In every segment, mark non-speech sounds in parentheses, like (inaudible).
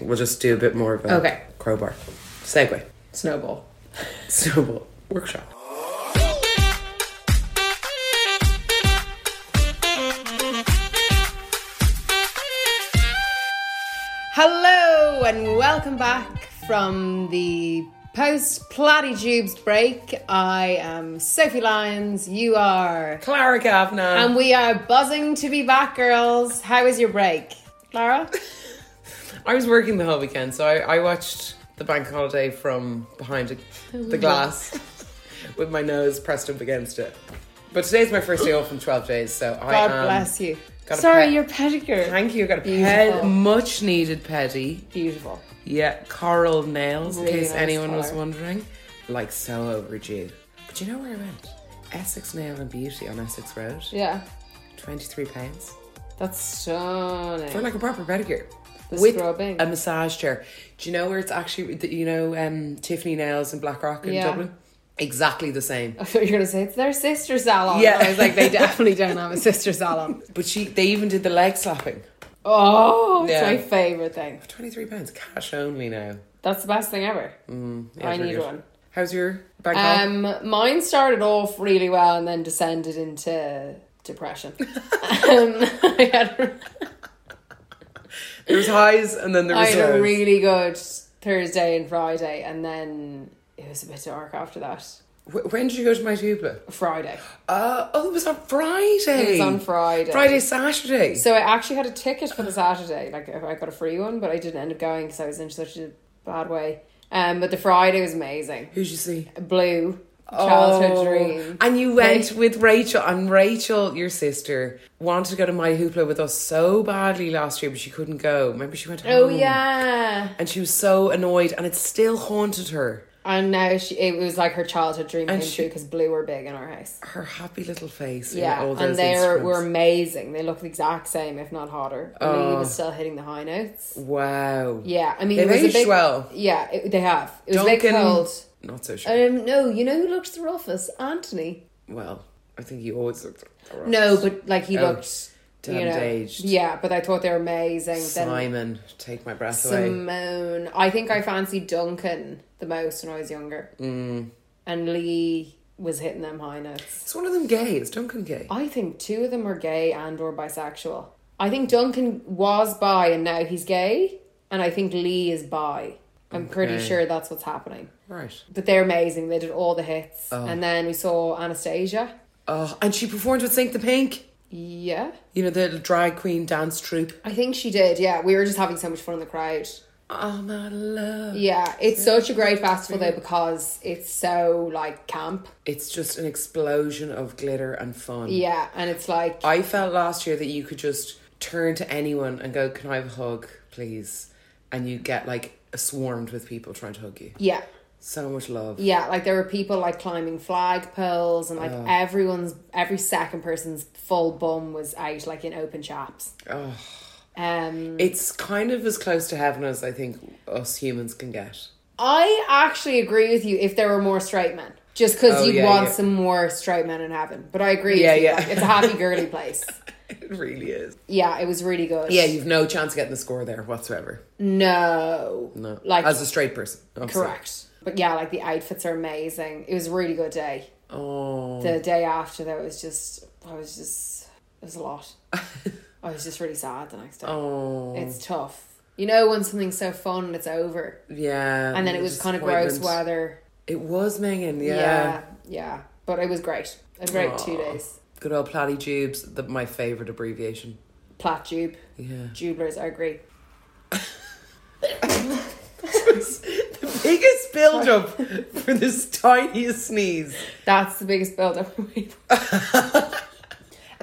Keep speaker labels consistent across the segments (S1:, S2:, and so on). S1: We'll just do a bit more of a
S2: Okay.
S1: crowbar. Segue.
S2: Snowball.
S1: Snowball workshop.
S2: Hello and welcome back from the post platitudes break. I am Sophie Lyons. You are,
S1: Clara Kavanagh.
S2: and we are buzzing to be back, girls. How was your break,
S1: (laughs)
S2: Clara?
S1: I was working the whole weekend, so I, I watched the bank holiday from behind a,
S2: (laughs)
S1: the glass (laughs) with my nose pressed up against it. But today's my first day off in 12 days, so I
S2: God
S1: am-
S2: bless you.
S1: Um, got a
S2: Sorry,
S1: pet-
S2: your pedicure.
S1: Thank you. I got a
S2: Beautiful.
S1: ped, much needed petty.
S2: Beautiful.
S1: Yeah, coral nails, in
S2: Really
S1: case
S2: nice
S1: anyone was
S2: colour.
S1: wondering. Like, so overdue. But you know where I went? Essex Nail and Beauty on Essex Road.
S2: Yeah,
S1: £23.
S2: that's stunning.
S1: For like a proper pedicure.
S2: The
S1: with
S2: scrubbing.
S1: a massage chair. Do you know where it's actually, that- you know, um, Tiffany Nails in Blackrock in
S2: Yeah.
S1: Dublin? Exactly the same.
S2: (laughs) I thought you were gonna say it's their sister salon.
S1: Yeah.
S2: I was
S1: (laughs)
S2: like, they definitely don't have a sister salon.
S1: But she, they even did the leg slapping.
S2: Oh, it's
S1: Yeah.
S2: my favorite thing.
S1: £23, cash only now.
S2: That's the best thing ever.
S1: Mm, Yeah,
S2: I
S1: it's really
S2: need
S1: good.
S2: one.
S1: How's your bank holiday?
S2: Um, mine started off really well and then descended into depression.
S1: (laughs)
S2: um, (laughs) I had,
S1: There was highs and then there
S2: I
S1: was
S2: had a
S1: lows.
S2: really good Thursday and Friday, and then it was a bit dark after that.
S1: Wh- when did you go to my tubla?
S2: Friday.
S1: Uh, oh, it was on Friday.
S2: It was on Friday.
S1: Friday, Saturday.
S2: So I actually had a ticket for the Saturday. Like I got a free one, but I didn't end up going because I was in such a bad way. Um, but the Friday was amazing.
S1: Who'd you see?
S2: Blue childhood
S1: Oh,
S2: dream.
S1: And you went with Rachel, and Rachel, your sister, wanted to go to My Hoopla with us so badly last year, but she couldn't go. Remember, she went home.
S2: Oh yeah.
S1: And she was so annoyed, and it still haunted her.
S2: And now she, it was like her childhood dream
S1: And
S2: came
S1: she-
S2: true because blue were big in our house.
S1: Her happy little face. in
S2: Yeah,
S1: all those
S2: and they are,
S1: instruments.
S2: were amazing. They look the exact same, if not hotter. Oh. Lee was still hitting the high notes.
S1: Wow.
S2: Yeah, I mean,
S1: They've
S2: it was
S1: aged
S2: a big,
S1: well.
S2: Yeah, it, they have. It was a big
S1: Duncan-
S2: cold.
S1: Not so sure.
S2: Um, no, you know who looked the roughest? Anthony.
S1: well, I think he always looked.
S2: No, but like he
S1: Oh,
S2: looked.
S1: to
S2: you
S1: have
S2: know,
S1: aged.
S2: Yeah, but I thought they were amazing. Then
S1: Simon, take my breath away.
S2: Simone. I think I fancied Duncan the most when I was younger. Mm. And Lee was hitting them high notes.
S1: It's one of them gay. It's Duncan gay.
S2: I think two of them are gay and or bisexual. I think Duncan was bi and now he's gay, and I think Lee is bi. I'm pretty
S1: Okay.
S2: sure that's what's happening.
S1: Right.
S2: But they're amazing. They did all the hits, and then we saw Anastasia.
S1: Oh, and she performed with Sink the Pink.
S2: Yeah,
S1: You know, the drag queen dance troupe.
S2: I think she did. Yeah, we were just having so much fun in the crowd.
S1: Oh my love.
S2: Yeah, it's such a great festival though because it's so like camp.
S1: It's just an explosion of glitter and fun.
S2: Yeah, and it's like
S1: I felt last year that you could just turn to anyone and go, Can I have a hug, please? And you get like swarmed with people trying to hug you.
S2: yeah.
S1: So much love.
S2: Yeah, like there were people like climbing flagpoles and like everyone's every second person's full bum was out like in open chaps.
S1: Oh.
S2: Um
S1: It's kind of as close to heaven as I think us humans can get. (laughs)
S2: I actually agree with you if there were more straight men. Just because
S1: Oh,
S2: you'd
S1: yeah,
S2: want
S1: yeah.
S2: some more straight men in heaven. But I agree
S1: Yeah,
S2: with you.
S1: yeah.
S2: like, it's
S1: (laughs)
S2: a happy girly place.
S1: It really is.
S2: Yeah, it was really good.
S1: Yeah, you've no chance of getting the score there whatsoever.
S2: No.
S1: No.
S2: Like
S1: as a straight person. obviously.
S2: correct. But yeah, like the outfits are amazing. It was a really good day.
S1: Oh.
S2: The day after though it was just I was just it was a
S1: (laughs)
S2: lot. I was just really sad the next day.
S1: Oh.
S2: It's tough. You know when something's so fun and it's over.
S1: Yeah.
S2: And then it
S1: the
S2: was kind of gross
S1: disappointment.
S2: weather.
S1: It was Megan, yeah.
S2: Yeah. yeah. But it was great. A great two days.
S1: Good old platy tubes, the, my favourite abbreviation.
S2: Plat tube.
S1: Yeah.
S2: Jublers are great.
S1: the biggest build (laughs) up for this tiniest sneeze. (laughs)
S2: That's the biggest build up.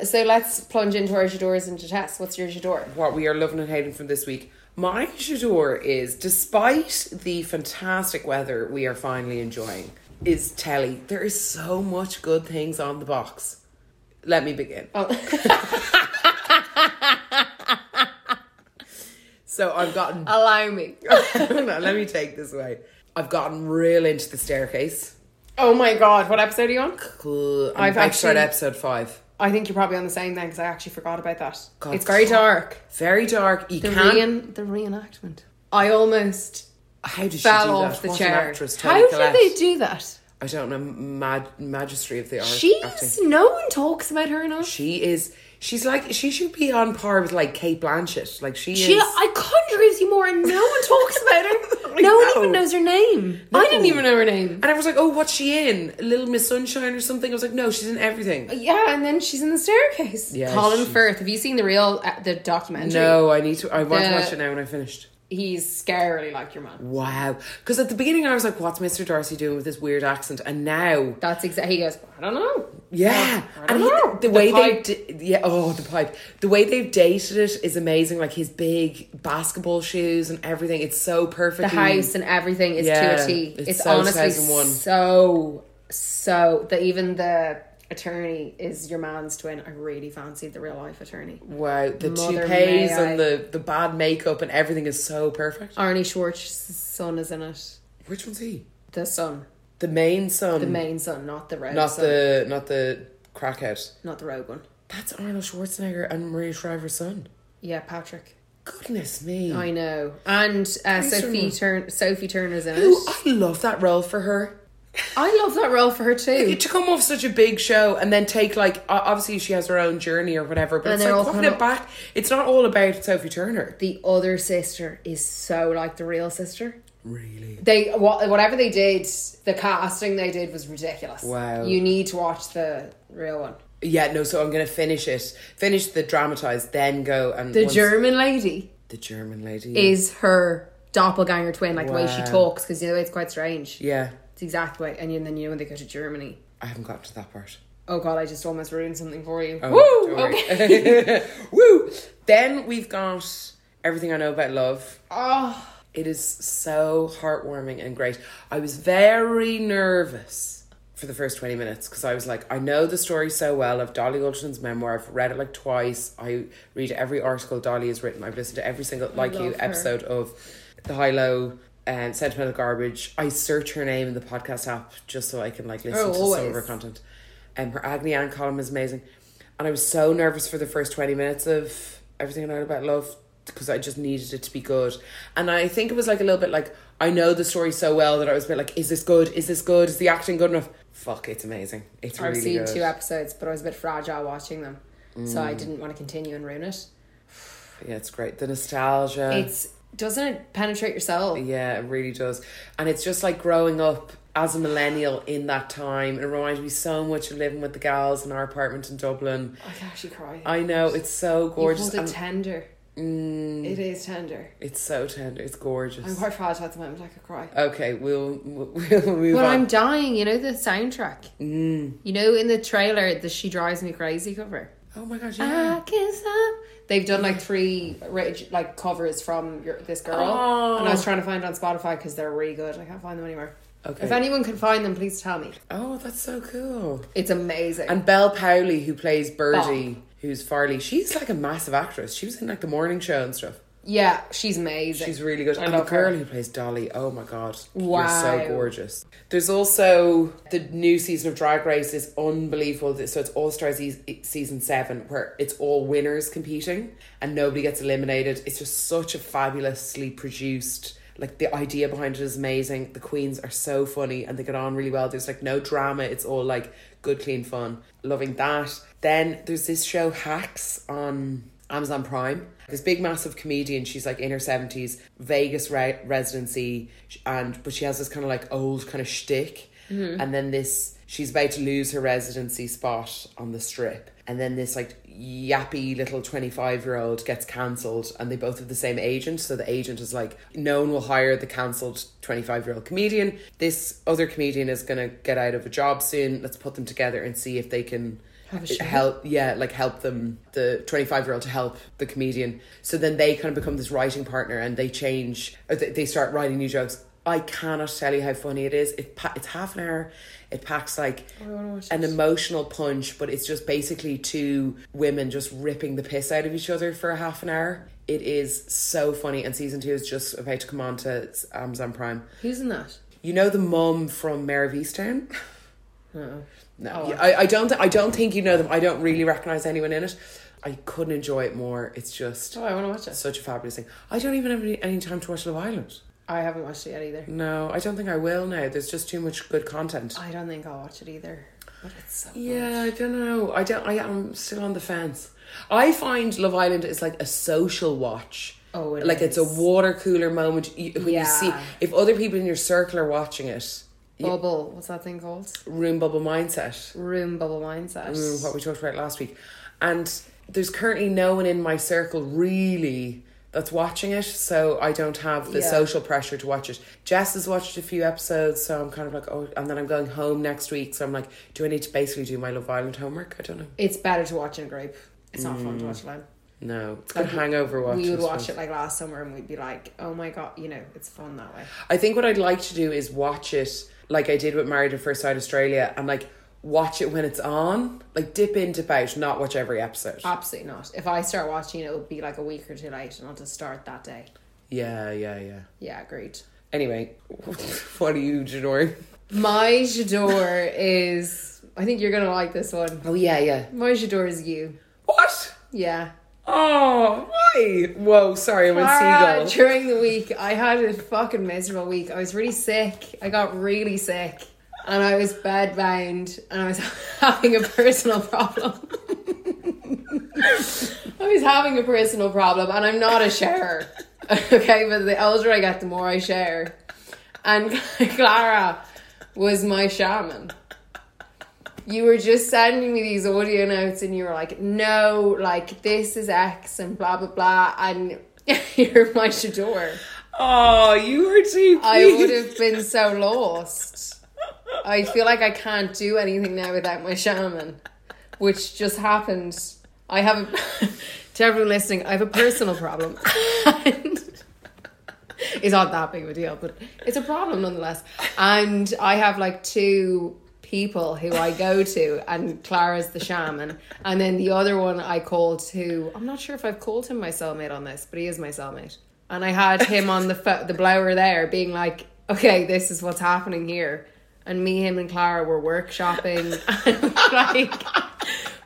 S2: So let's plunge into our Jadors and Jatettes. What's your
S1: (laughs)
S2: Jador?
S1: what we are loving and hating from this week. My Shador is, despite the fantastic weather we are finally enjoying, is telly. There is so much good things on the box. Let me begin. so I've gotten
S2: Allow me.
S1: (laughs) no, let me take this way. I've gotten real into the staircase.
S2: Oh my god, what episode are you on?
S1: Cool. I'm
S2: I've
S1: I've actually
S2: actually-
S1: episode five.
S2: I think you're probably on the same then because I actually forgot about that.
S1: God,
S2: it's very
S1: fuck.
S2: dark.
S1: Very dark. You
S2: The,
S1: can't.
S2: reen- the reenactment. I almost
S1: How did she
S2: fell
S1: do
S2: off
S1: that?
S2: the
S1: What an
S2: chair.
S1: actress, Toni
S2: How
S1: Collette.
S2: do they do that?
S1: I don't know. Mad magistry of the art. acting.
S2: She's no one talks about her enough.
S1: She is. She's like. She should be on par with like Kate Blanchett. Like she,
S2: She,
S1: is.
S2: I couldn't agree with you more, and no one talks about
S1: (laughs)
S2: her.
S1: I
S2: no one
S1: know.
S2: even knows her name. I didn't
S1: No.
S2: even know her name.
S1: and I was like, oh, what's she in? Little Miss Sunshine or something? I was like, no, she's in everything.
S2: Yeah, and then she's in the staircase.
S1: Yeah,
S2: Colin
S1: she's-
S2: Firth. Have you seen the real uh, the documentary?
S1: No, I need to. I want
S2: The-
S1: to watch it now when I finished.
S2: He's scarily like your man.
S1: Wow. Because at the beginning, I was like, what's Mr. Darcy doing with this weird accent? And now,
S2: That's exactly. He goes. I don't know.
S1: yeah.
S2: Oh, I
S1: And
S2: don't
S1: he-
S2: know.
S1: the way they.
S2: pipe.
S1: d- yeah, oh, the pipe. The way they've dated it is amazing. Like his big basketball shoes and everything. It's so
S2: the
S1: perfect.
S2: house and everything is to
S1: Yeah,
S2: a T. Mm. It's,
S1: it's so
S2: honestly
S1: 2001.
S2: so so that even the attorney is your man's twin. I really fancied the real life attorney.
S1: Wow, the
S2: Mother
S1: toupees
S2: may I. Oh.
S1: and the, the bad makeup and everything is so perfect.
S2: Arnie Schwartz's son is in it.
S1: Which one's he?
S2: The son,
S1: The main son,
S2: the main son, not the red
S1: not
S2: son,
S1: the not the crackhead.
S2: not the rogue one.
S1: That's Arnold Schwarzenegger and Maria Shriver's son.
S2: Yeah, Patrick.
S1: Goodness me!
S2: I know. And uh, Sophie Turn Sophie Turner's in
S1: Ooh,
S2: it.
S1: I love that role for her.
S2: I love that role for her too.
S1: To come off such a big show and then take like o- obviously she has her own journey or whatever, but
S2: And
S1: it's
S2: they're all
S1: like putting it
S2: kind of-
S1: back. It's not all about Sophie Turner.
S2: The other sister is so like the real sister.
S1: Really?
S2: they wha- whatever they did, the casting they did was ridiculous.
S1: Wow.
S2: You need to watch the real one.
S1: Yeah, no. So I'm gonna finish it, finish the dramatized, then go and
S2: The
S1: once-
S2: German lady
S1: the German lady
S2: is her doppelganger twin, like the way she
S1: Wow.
S2: talks, because you know it's quite strange.
S1: yeah.
S2: It's the exact way. And then you know when they go to Germany.
S1: I haven't got to that part.
S2: Oh god, I just almost ruined something for you.
S1: Oh, don't
S2: Woo!
S1: worry.
S2: Okay.
S1: Woo! Then we've got everything I know about love.
S2: Oh,
S1: It is so heartwarming and great. I was very nervous for the first 20 minutes because I was like, I know the story so well of Dolly Alderton's memoir. I've read it like twice. I read every article Dolly has written. I've listened to every single, like you,
S2: love her.
S1: episode of The High Low and Sentimental Garbage. I search her name in the podcast app just so I can like listen
S2: Oh,
S1: to some
S2: always.
S1: of her content. Um, her Agni Ann column is amazing. And I was so nervous for the first 20 minutes of Everything I Know About Love because I just needed it to be good. And I think it was like a little bit like, I know the story so well that I was a bit like, is this good? Is this good? Is the acting good enough? Fuck, it's amazing. It's really
S2: I've seen
S1: good.
S2: two episodes, but I was a bit fragile watching them, so
S1: Mm.
S2: I didn't want to continue and ruin it.
S1: yeah, it's great. The nostalgia.
S2: It's doesn't it penetrate your soul?
S1: Yeah, it really does. And it's just like growing up as a millennial in that time. It reminds me so much of living with the gals in our apartment in Dublin.
S2: I can actually cry.
S1: I know, it's so
S2: Oh, You
S1: gorgeous. Mm.
S2: hold it
S1: and
S2: tender. It is tender.
S1: it's so tender. It's gorgeous.
S2: I'm quite fragile at the moment. I could cry.
S1: (laughs) Okay, we'll we'll move
S2: Well,
S1: on.
S2: I'm dying. You know the soundtrack. Mm. You know in the trailer, the "She Drives Me
S1: (gasps)
S2: Crazy" cover.
S1: oh my god, yeah.
S2: I kiss her. They've done like three rich, like covers from your, this girl,
S1: Oh.
S2: and I was trying to find it on Spotify because they're really good. I can't find them anywhere.
S1: Okay.
S2: If anyone can find them, please tell me.
S1: oh, that's so cool.
S2: It's amazing.
S1: And Belle Powley, who plays Birdie, who's Farley, she's like a massive actress. She was in like the morning show and stuff.
S2: yeah, she's amazing.
S1: She's really good.
S2: I
S1: and
S2: love
S1: the girl
S2: her.
S1: who plays Dolly, oh my god,
S2: Wow.
S1: you're so gorgeous. There's also the new season of Drag Race is unbelievable. So it's All Stars e- season seven, where it's all winners competing and nobody gets eliminated. It's just such a fabulously produced. Like the idea behind it is amazing. The queens are so funny and they get on really well. There's like no drama. It's all like good, clean fun. Loving that. Then there's this show Hacks on Amazon Prime. This big, massive comedian. She's like in her seventies, Vegas re- residency, sh- and but she has this kind of like old kind of shtick. And then this, she's about to lose her residency spot on the strip. And then this like yappy little twenty five year old gets cancelled, and they both have the same agent. So the agent is like, no one will hire the cancelled twenty five year old comedian. This other comedian is gonna get out of a job soon. Let's put them together and see if they can
S2: Have a show.
S1: help yeah like help them the 25 year old to help the comedian so then they kind of become this writing partner and they change or they, they start writing new jokes i cannot tell you how funny it is it pa- it's half an hour it packs like
S2: Oh,
S1: an emotional punch but it's just basically two women just ripping the piss out of each other for a half an hour it is so funny and season two is just about to come on to amazon prime
S2: Who's in that?
S1: you know the mum from Mare of Easttown? (laughs) No,
S2: Oh,
S1: Yeah, I, I don't. I don't think you know them. I don't really recognize anyone in it. I couldn't enjoy it more. It's just
S2: Oh, I want to watch it.
S1: such a fabulous thing. I don't even have any, any time to watch Love Island.
S2: I haven't watched it yet either.
S1: No, I don't think I will now. There's just too much good content.
S2: I don't think I'll watch it either. But it's so.
S1: Yeah, I don't know. I don't. I am still on the fence. I find Love Island is like a social watch.
S2: Oh, it
S1: like it's a
S2: is.
S1: water cooler moment you, when you see
S2: Yeah.
S1: if other people in your circle are watching it.
S2: Bubble. What's that thing called?
S1: Room bubble mindset.
S2: Room bubble mindset.
S1: Mm, what we talked about last week. And there's currently no one in my circle really that's watching it, so I don't have the
S2: Yeah.
S1: social pressure to watch it. Jess has watched a few episodes, so I'm kind of like, oh, and then I'm going home next week, so I'm like, do I need to basically do my Love Island homework? I don't know.
S2: It's better to watch in a group. It's not fun to watch alone.
S1: No, it's good hangover watch.
S2: we would
S1: I
S2: watch
S1: suppose.
S2: it like last summer, and we'd be like, "Oh my god, you know, it's fun that way."
S1: I think what I'd like to do is watch it like I did with Married at First Sight Australia and like watch it when it's on, like dip in, dip out, not watch every episode.
S2: Absolutely not. If I start watching, it will be like a week or two late, and I'll just start that day.
S1: yeah, yeah, yeah.
S2: Yeah, agreed.
S1: Anyway, (laughs) what are you Janori?
S2: My J'adore is. I think you're gonna like this one.
S1: Oh yeah, yeah.
S2: My J'adore is you.
S1: What?
S2: Yeah.
S1: Oh, why? Whoa, sorry, I'm
S2: Ah,
S1: a seagull.
S2: during the week, I had a fucking miserable week. I was really sick. I got really sick, and I was bedbound, and I was (laughs) having a personal problem. I was having a personal problem, and I'm not a sharer. Okay, but the older I get, the more I share. And (laughs) Clara was my shaman. You were just sending me these audio notes, and you were like, "No, like this is X, and blah blah blah," and (laughs) you're my Shador.
S1: Oh, you were too cute. (laughs)
S2: I would have been so lost. I feel like I can't do anything now without my shaman, which just happened. I have a, (laughs) to everyone listening, I have a personal problem. (laughs) And (laughs) it's not that big of a deal, but it's a problem nonetheless. And I have like two people who I go to, and Clara's the shaman. And then the other one I called who, I'm not sure if I've called him my cellmate on this, but he is my cellmate. And I had him on the, pho- the blower there being like, okay, this is what's happening here. And me, him, and Clara were workshopping. (laughs) And like,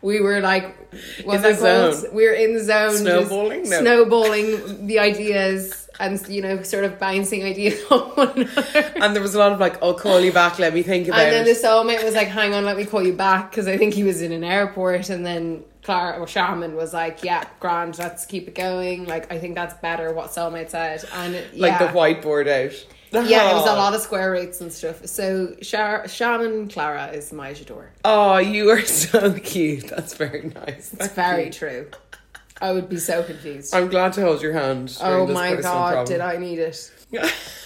S2: we were like, what's
S1: the
S2: that called?
S1: zone.
S2: We were in the zone. just
S1: Snowballing? No.
S2: Snowballing the ideas and, you know, sort of bouncing ideas (laughs) on one another.
S1: and there was a lot of like, I'll call you back, let me think about
S2: And then the
S1: it.
S2: soulmate was like, hang on, let me call you back because I think he was in an airport. And then Clara or Shaman was like, yeah, grand, let's keep it going. Like, I think that's better what soulmate said. And it-
S1: Like
S2: yeah.
S1: the whiteboard out.
S2: Yeah, it was a lot of square roots and stuff. So Shar- Shaman Clara is my J'adore.
S1: Oh, you are (laughs) so cute. That's very nice.
S2: It's very true. I would be so confused.
S1: I'm glad to hold your hand. during
S2: oh
S1: this
S2: my
S1: personal
S2: god,
S1: problem.
S2: did I need it? (laughs)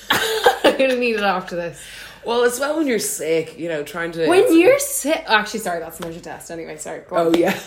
S2: I'm gonna need it after this.
S1: (laughs) well, it's well when you're sick, you know, trying to.
S2: When you're sick, oh, actually, sorry, that's not your test. Anyway, sorry. Go on.
S1: Oh yeah.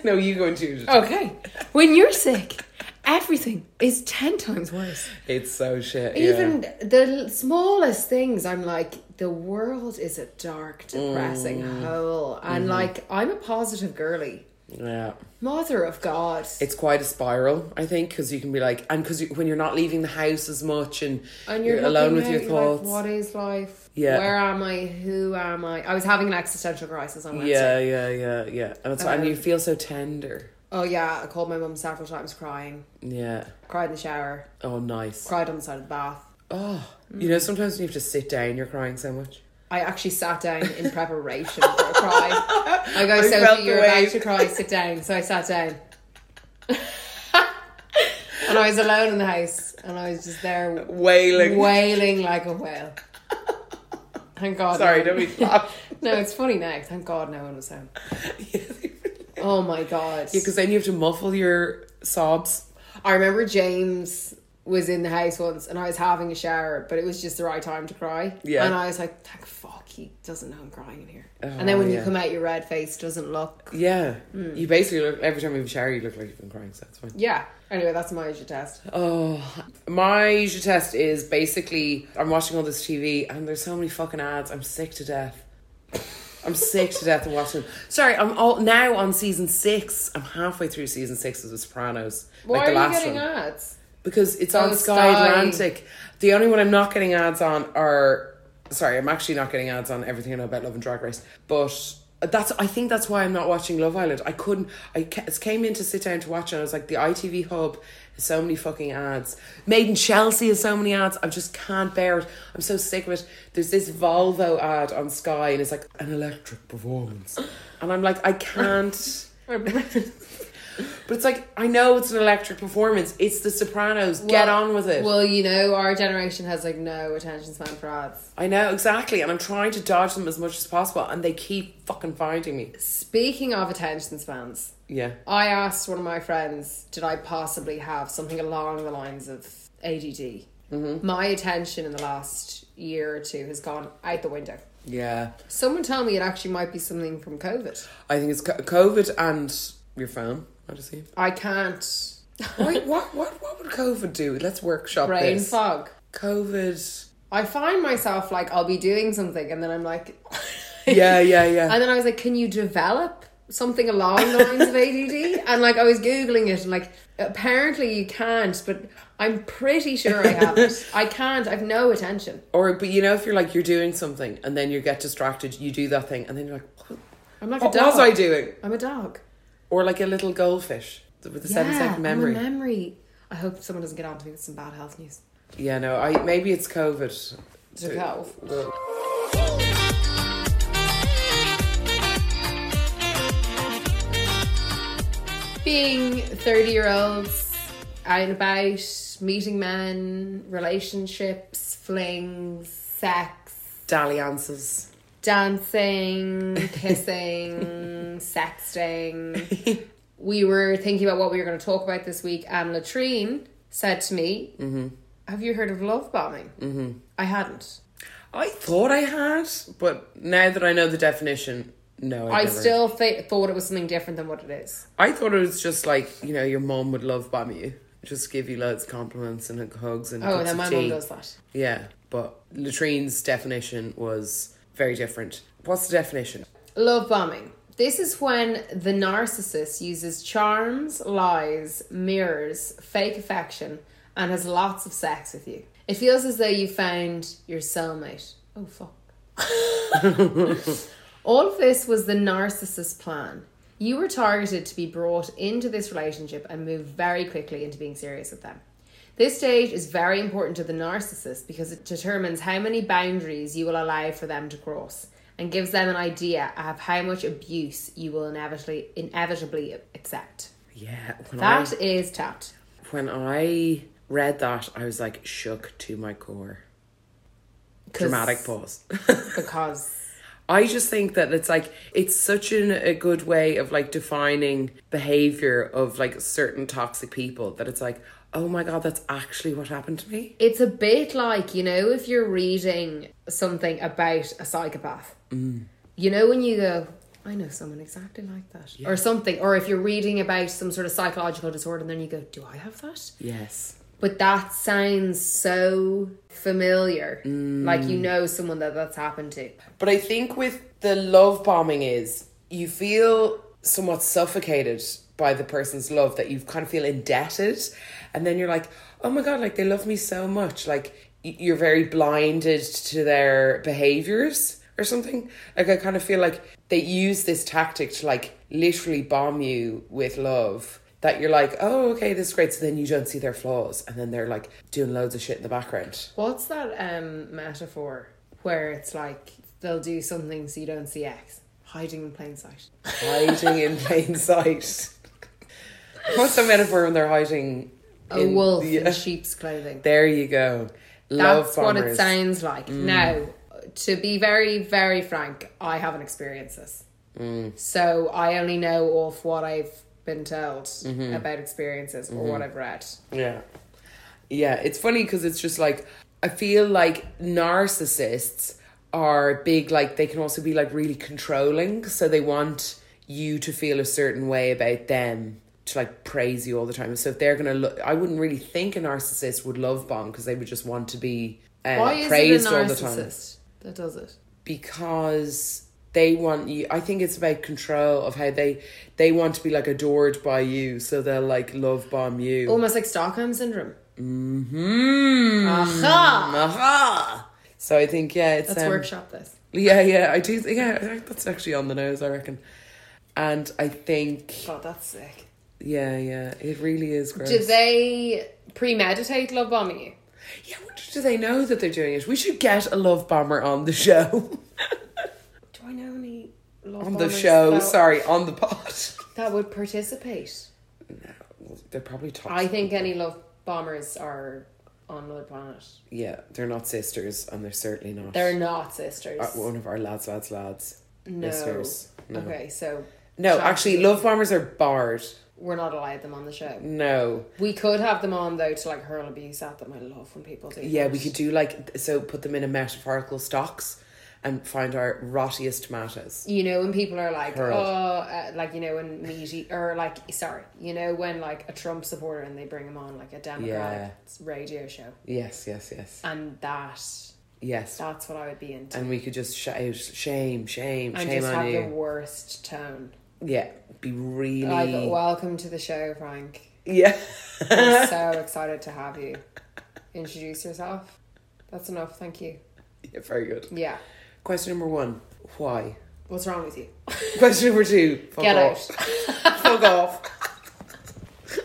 S1: (laughs) no, you go into. Oh.
S2: Okay. When you're sick, everything is ten times worse.
S1: It's so shit. yeah.
S2: Even the smallest things, I'm like, the world is a dark, depressing
S1: Mm.
S2: hole, and
S1: Mm-hmm.
S2: like, I'm a positive girly.
S1: Yeah.
S2: Mother of God.
S1: it's quite a spiral, I think, because you can be like, and because you, when you're not leaving the house as much and,
S2: and
S1: you're,
S2: you're,
S1: alone
S2: looking
S1: with
S2: out,
S1: your
S2: you're
S1: thoughts.
S2: Like, what is life?
S1: Yeah.
S2: Where am I? Who am I? I was having an existential crisis on Wednesday.
S1: yeah, yeah, yeah, yeah. And, that's why, and you feel so tender.
S2: Oh yeah, I called my mum several times crying.
S1: Yeah.
S2: Cried in the shower.
S1: Oh, nice.
S2: Cried on the side of the bath.
S1: Oh, you know, sometimes when you have to sit down, you're crying so much.
S2: I actually sat down in preparation for a cry. I
S1: (laughs)
S2: go,
S1: felt
S2: Sophie,
S1: the
S2: you're
S1: wave."
S2: about to cry, sit down. So I sat down. (laughs) and I was alone in the house and I was just there
S1: Wailing.
S2: wailing like a whale. Thank God.
S1: Sorry, (laughs)
S2: no-
S1: don't be laugh.
S2: No, it's funny now. Thank God no one was home.
S1: Because
S2: Oh my God.
S1: then you have to muffle your sobs.
S2: I remember James was in the house once and I was having a shower, but it was just the right time to cry.
S1: Yeah. Oh,
S2: And I was like, thank fuck, he doesn't know I'm crying in here. and then when you come out, your red face doesn't look.
S1: Yeah. You basically look, every time you have a shower, you look like you've been crying, so that's fine.
S2: Yeah. Anyway, that's my usual test.
S1: Oh, my usual test is basically I'm watching all this TV and there's so many fucking ads. I'm sick to death. I'm sick to death of watching. Sorry, I'm all now on season six. I'm halfway through season six of The Sopranos.
S2: Why
S1: like the
S2: are you
S1: last
S2: getting
S1: one.
S2: ads?
S1: Because it's
S2: Oh,
S1: on Sky,
S2: Sky.
S1: Atlantic. The only one I'm not getting ads on are sorry, I'm actually not getting ads on everything I know about Love and Drag Race. But that's I think that's why I'm not watching Love Island. I couldn't. I ca- came in to sit down to watch, and I was like, the ITV Hub has so many fucking ads. Made in Chelsea has so many ads. I just can't bear it. I'm so sick of it. There's this Volvo ad on Sky, and it's like an electric performance, and I'm like, I can't. But it's like I know it's an electric performance. It's The Sopranos. Get
S2: Well-
S1: on with it.
S2: Well, you know, our generation has like no attention span for ads.
S1: I know exactly, and I'm trying to dodge them as much as possible, and they keep fucking finding me.
S2: Speaking of attention spans,
S1: Yeah,
S2: I asked one of my friends, did I possibly have something along the lines of ADD?
S1: Mm-hmm.
S2: My attention in the last year or two has gone out the window.
S1: yeah.
S2: Someone told me it actually might be something from COVID.
S1: I think it's co- COVID and your phone. I just see. (laughs)
S2: I can't.
S1: Wait, what? What? What would COVID do? Let's workshop
S2: Brain
S1: this.
S2: fog.
S1: COVID.
S2: I find myself like, I'll be doing something, and then I'm like. (laughs)
S1: Yeah, yeah, yeah.
S2: And then I was like, can you develop something along the lines of ADD? And like, I was Googling it, and like, apparently you can't, but I'm pretty sure I have it. I can't, I've no attention.
S1: Or, but you know, if you're like you're doing something and then you get distracted, you do that thing, and then you're like, what,
S2: I'm like
S1: what
S2: a dog.
S1: was I doing?
S2: I'm a dog.
S1: Or like a little goldfish with a seven
S2: Yeah,
S1: second memory.
S2: I'm a memory. I hope someone doesn't get on to me with some bad health news.
S1: yeah, no. I maybe it's COVID.
S2: To health. Being 30 year olds, out and about, meeting men, relationships, flings, sex,
S1: Dalliances. (laughs)
S2: dancing,
S1: (laughs)
S2: kissing, sexting. We were thinking about what we were going to talk about this week, and Latrine said to me,
S1: Mm-hmm.
S2: Have you heard of love bombing? Mm-hmm. I hadn't.
S1: I thought I had, but now that I know the definition, no, I,
S2: I
S1: never.
S2: still th- thought it was something different than what it is.
S1: I thought it was just like you know your mom would love bomb you, just give you loads of compliments and hug- hugs and
S2: Oh,
S1: cups
S2: no,
S1: of
S2: my
S1: tea.
S2: mum does that.
S1: Yeah, but latrine's definition was very different. What's the definition?
S2: Love bombing. This is when the narcissist uses charms, lies, mirrors, fake affection, and has lots of sex with you. It feels as though you found your soulmate. Oh, fuck. All of this was the narcissist's plan. You were targeted to be brought into this relationship and move very quickly into being serious with them. This stage is very important to the narcissist because it determines how many boundaries you will allow for them to cross and gives them an idea of how much abuse you will inevitably inevitably accept.
S1: Yeah, when
S2: That is tapped.
S1: I when I read that, I was like shook to my core.
S2: 'Cause-
S1: Dramatic pause. (laughs)
S2: because
S1: I just think that it's like it's such an, a good way of like defining behavior of like certain toxic people that it's like oh my god that's actually what happened to me.
S2: It's a bit like, you know, if you're reading something about a psychopath, you know, when you go, I know someone exactly like that, or something, or if you're reading about some sort of psychological disorder and then you go, Do I have that?
S1: Yes.
S2: But that sounds so familiar. Like you know someone that that's happened to.
S1: But I think with the love bombing is you feel somewhat suffocated by the person's love that you kind of feel indebted and then you're like oh my god like they love me so much like y- you're very blinded to their behaviors or something like I kind of feel like they use this tactic to like literally bomb you with love that you're like oh okay this is great so then you don't see their flaws and then they're like doing loads of shit in the background
S2: What's that um, metaphor where it's like they'll do something so you don't see X? Hiding in plain sight.
S1: hiding in plain sight. What's the metaphor when they're hiding?
S2: A
S1: in-
S2: wolf
S1: yeah.
S2: in sheep's clothing.
S1: There you go. Love Mm.
S2: That's what it
S1: bombers.
S2: sounds like. Now, to be very, very frank, I haven't experienced this.
S1: Mm.
S2: So I only know
S1: Mm-hmm.
S2: off what I've been told about experiences or what I've read.
S1: yeah. Yeah, it's funny because it's just like I feel like narcissists are big. Like they can also be like really controlling, so they want you to feel a certain way about them to like praise you all the time. So if they're gonna, look, I wouldn't really think a narcissist would love bomb because they would just want to be uh,
S2: Why is
S1: praised
S2: it a
S1: all the time Mm.
S2: narcissist that does it?
S1: because they want you i think it's about control of how they they want to be like adored by you so they'll like love bomb you
S2: Almost like Stockholm syndrome.
S1: Hmm.
S2: Aha!
S1: Aha. so i think yeah it's
S2: Let's
S1: um,
S2: workshop this.
S1: yeah yeah i do think yeah I think that's actually on the nose i reckon and i think
S2: Oh, that's sick.
S1: yeah yeah it really is gross
S2: Did they premeditate love bombing you?
S1: yeah I wonder do they know that they're doing it we should get a love bomber on the
S2: (laughs)
S1: show (laughs)
S2: Do I know any love
S1: on the
S2: bombers
S1: show
S2: that-
S1: sorry on the pod (laughs)
S2: that would participate?
S1: they're probably talking
S2: I think any love bombers are on another planet.
S1: yeah they're not sisters and they're certainly not
S2: They're not sisters.
S1: Uh, one of our lads, lads, lads.
S2: no.
S1: Listeners. No.
S2: Okay, so
S1: No,
S2: Sorry.
S1: actually, love bombers are barred.
S2: we're not allowed them on the show.
S1: No.
S2: We could have them on though to like hurl abuse at them. I love when people do.
S1: Yeah,
S2: that.
S1: we could do like, so put them in a metaphorical stocks and find our rottiest tomatoes.
S2: You know when people are like,
S1: Hurled.
S2: oh, uh, like you know when meaty or like sorry, you know when like a Trump supporter and they bring him on like a
S1: Yeah.
S2: Democratic radio show,
S1: Yes, yes, yes.
S2: and that
S1: Yes.
S2: that's what I would be into.
S1: And we could just shout, shame, shame,
S2: and
S1: shame on
S2: just have the
S1: you.
S2: worst tone.
S1: yeah, be really.
S2: Like, uh, welcome to the show, Frank.
S1: (laughs) yeah.
S2: (laughs) I'm so excited to have you. Introduce yourself. That's enough. Thank you.
S1: yeah. Very good.
S2: Yeah.
S1: Question number one why?
S2: What's wrong with you?
S1: Question number two fuck
S2: (laughs) Get
S1: off.
S2: out.
S1: Fuck
S2: (laughs)
S1: off.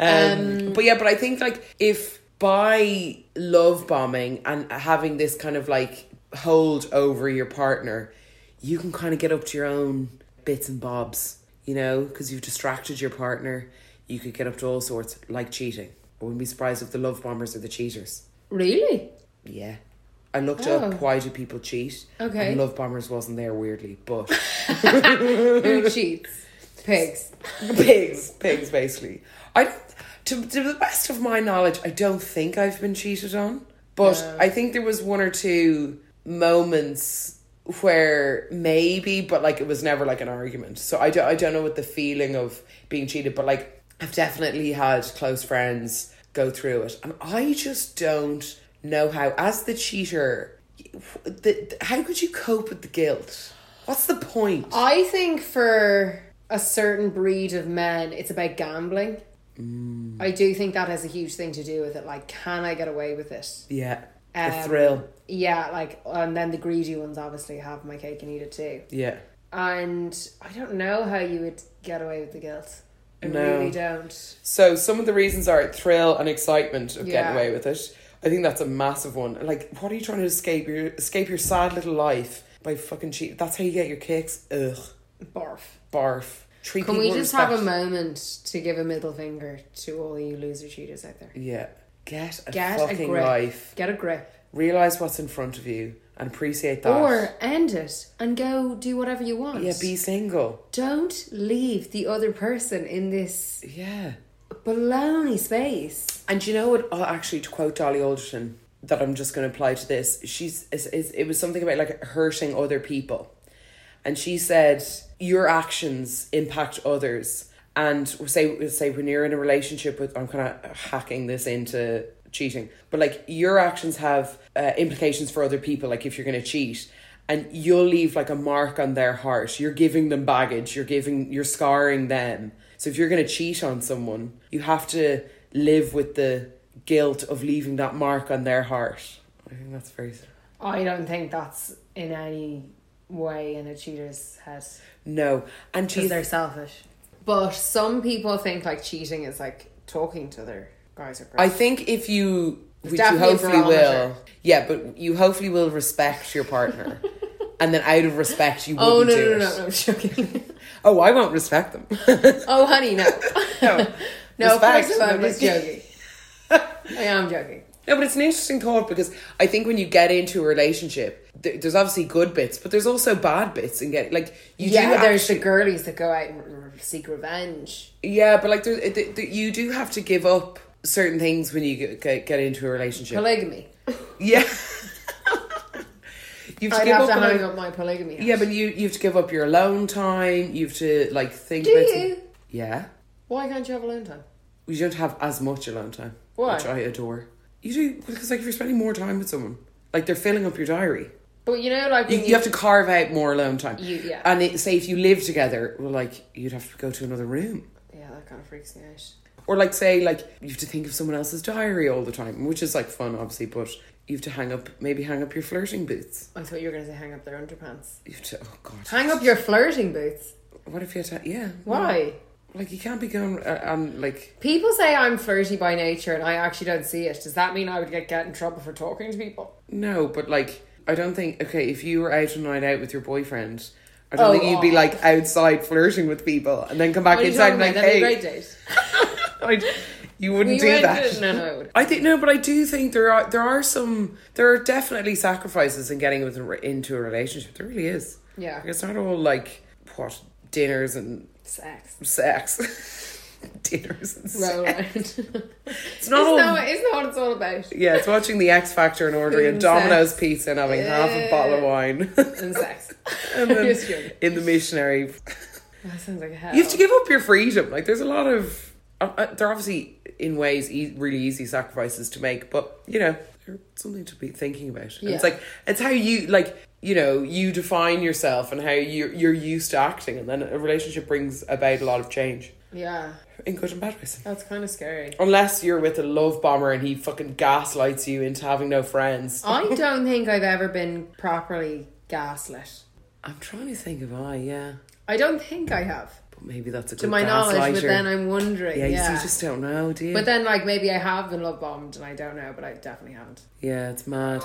S1: um, but yeah, but I think like if by love bombing and having this kind of like hold over your partner, you can kind of get up to your own bits and bobs, you know, because you've distracted your partner. You could get up to all sorts, like cheating. I wouldn't be surprised if the love bombers are the cheaters.
S2: (laughs) Really?
S1: Yeah. I looked
S2: Oh.
S1: up why do people cheat.
S2: Okay.
S1: And love bombers wasn't there weirdly, but
S2: Who cheats? Pigs.
S1: pigs, pigs, basically. I, don't- to, to the best of my knowledge, I don't think I've been cheated on, but I think there was one or two moments where maybe, but like it was never like an argument. So I don't, I don't know what the feeling of being cheated, but like I've definitely had close friends go through it, and I just don't know how, as the cheater, the, how could you cope with the guilt? What's the point?
S2: I think for a certain breed of men, it's about gambling. I do think that has a huge thing to do with it. Like, can I get away with it?
S1: yeah, the
S2: Um,
S1: thrill.
S2: Yeah, like, and then the greedy ones obviously have my cake and eat it too.
S1: Yeah.
S2: And I don't know how you would get away with the guilt. I
S1: No.
S2: really don't.
S1: So some of the reasons are thrill and excitement of
S2: Yeah.
S1: getting away with it. I think that's a massive one. Like, what are you trying to escape? Your escape your sad little life by fucking cheating. That's how you get your kicks. Ugh,
S2: Barf.
S1: barf. Treat
S2: Can we
S1: people with
S2: just have a
S1: respect.
S2: moment to give a middle finger to all you loser cheaters out there?
S1: Yeah, get a
S2: Get a
S1: fucking
S2: grip.
S1: life.
S2: Get a grip.
S1: Realize what's in front of you and appreciate that.
S2: Or end it and go do whatever you want.
S1: yeah, be single.
S2: Don't leave the other person in this
S1: Yeah.
S2: baloney space.
S1: And you know what? Oh, actually, to quote Dolly Alderton, that I'm just going to apply to this. She's is, is, it was something about like hurting other people, and she said your actions impact others. And say say when you're in a relationship with, I'm kind of hacking this into cheating, but like your actions have uh, implications for other people. Like if you're going to cheat. And you'll leave like a mark on their heart. You're giving them baggage. You're giving, you're scarring them. So if you're going to cheat on someone, you have to live with the guilt of leaving that mark on their heart. I think that's very
S2: I don't think that's in any way in a cheater's head
S1: no. And do you
S2: because they're selfish. But some people think like cheating is like talking to their guys or girls.
S1: I think if you, which you
S2: definitely a
S1: hopefully will,
S2: barometer.
S1: yeah, but you hopefully will respect your
S2: (laughs)
S1: partner, and then out of respect, you wouldn't
S2: oh no
S1: do
S2: no no
S1: it.
S2: no! I'm joking. (laughs)
S1: Oh, I won't respect them. (laughs)
S2: oh honey, no, (laughs)
S1: no,
S2: no. Of
S1: Respect,
S2: course, I'm just
S1: nobody-
S2: joking.
S1: (laughs)
S2: I am joking.
S1: No, but it's an interesting thought because I think when you get into a relationship, th- there's obviously good bits, but there's also bad bits. And get like you do
S2: yeah, there's
S1: actually-
S2: the girlies that go out and r- seek revenge.
S1: Yeah, but like there, th th- you do have to give up certain things when you get, get, get into a relationship. (laughs)
S2: Polygamy.
S1: yeah. you have to
S2: I'd
S1: give
S2: have
S1: up.
S2: to
S1: on-
S2: hang up my polygamy.
S1: yeah, but you you have to give up your alone time. You have to like think.
S2: Do
S1: about some-
S2: you?
S1: Yeah.
S2: Why can't you have alone time?
S1: We don't have as much alone time.
S2: Why?
S1: Which I adore. You do because like if you're spending more time with someone, like they're filling up your diary.
S2: But you know, like
S1: You,
S2: when
S1: you have to carve out more alone time.
S2: You- yeah.
S1: And it, say if you live together, well, like you'd have to go to another room.
S2: Yeah, that kind of freaks me out.
S1: Or like say like you have to think of someone else's diary all the time, which is like fun obviously, but you have to hang up maybe hang up your flirting boots.
S2: I thought you were going to say hang up their underpants.
S1: You have to oh god.
S2: Hang up your flirting boots.
S1: What if you had to yeah.
S2: Why?
S1: Like you can't be going uh, on like
S2: People say I'm flirty by nature, and I actually don't see it. Does that mean I would get get in trouble for talking to people?
S1: No, but like I don't think okay, if you were out a night out with your boyfriend, I don't
S2: Oh,
S1: think you'd be
S2: oh.
S1: like outside flirting with people and then come back
S2: What are you
S1: inside and
S2: talking about?
S1: like,
S2: That'd be a great
S1: hey,
S2: (laughs) date.
S1: I'd, you wouldn't
S2: We
S1: do
S2: went-
S1: that.
S2: No, no, I wouldn't.
S1: I think no, but I do think there are there are some there are definitely sacrifices in getting with a re- into a relationship. There really is.
S2: Yeah.
S1: it's not all like what dinners and
S2: Sex.
S1: sex, (laughs) dinners and sex.
S2: Roll (laughs) around. isn't,
S1: It's not all.
S2: that,
S1: Oh.
S2: isn't that what it's all about?
S1: yeah, it's watching the X Factor and ordering a
S2: And
S1: Domino's
S2: sex.
S1: pizza and having half a bottle of wine.
S2: And sex.
S1: (laughs) and then
S2: Just joking.
S1: in the missionary.
S2: That sounds like hell.
S1: You have to give up your freedom. Like there's a lot of uh, uh, they're obviously in ways e- really easy sacrifices to make, but you know they're something to be thinking about. And it's
S2: Yeah.
S1: like it's how you like you know you define yourself and how you you're used to acting, and then a relationship brings about a lot of change
S2: yeah,
S1: in good and bad ways.
S2: that's kind of scary.
S1: Unless you're with a love bomber and he fucking gaslights you into having no friends.
S2: I don't think I've ever been properly gaslit.
S1: I'm trying to think of I yeah,
S2: I don't think I have,
S1: but maybe that's a good
S2: to my knowledge. But
S1: gaslighter.
S2: then I'm wondering.
S1: yeah,
S2: Yeah,
S1: you, see, you just don't know, do you?
S2: But then, like, maybe I have been love bombed, and I don't know, but I definitely haven't.
S1: Yeah, it's mad.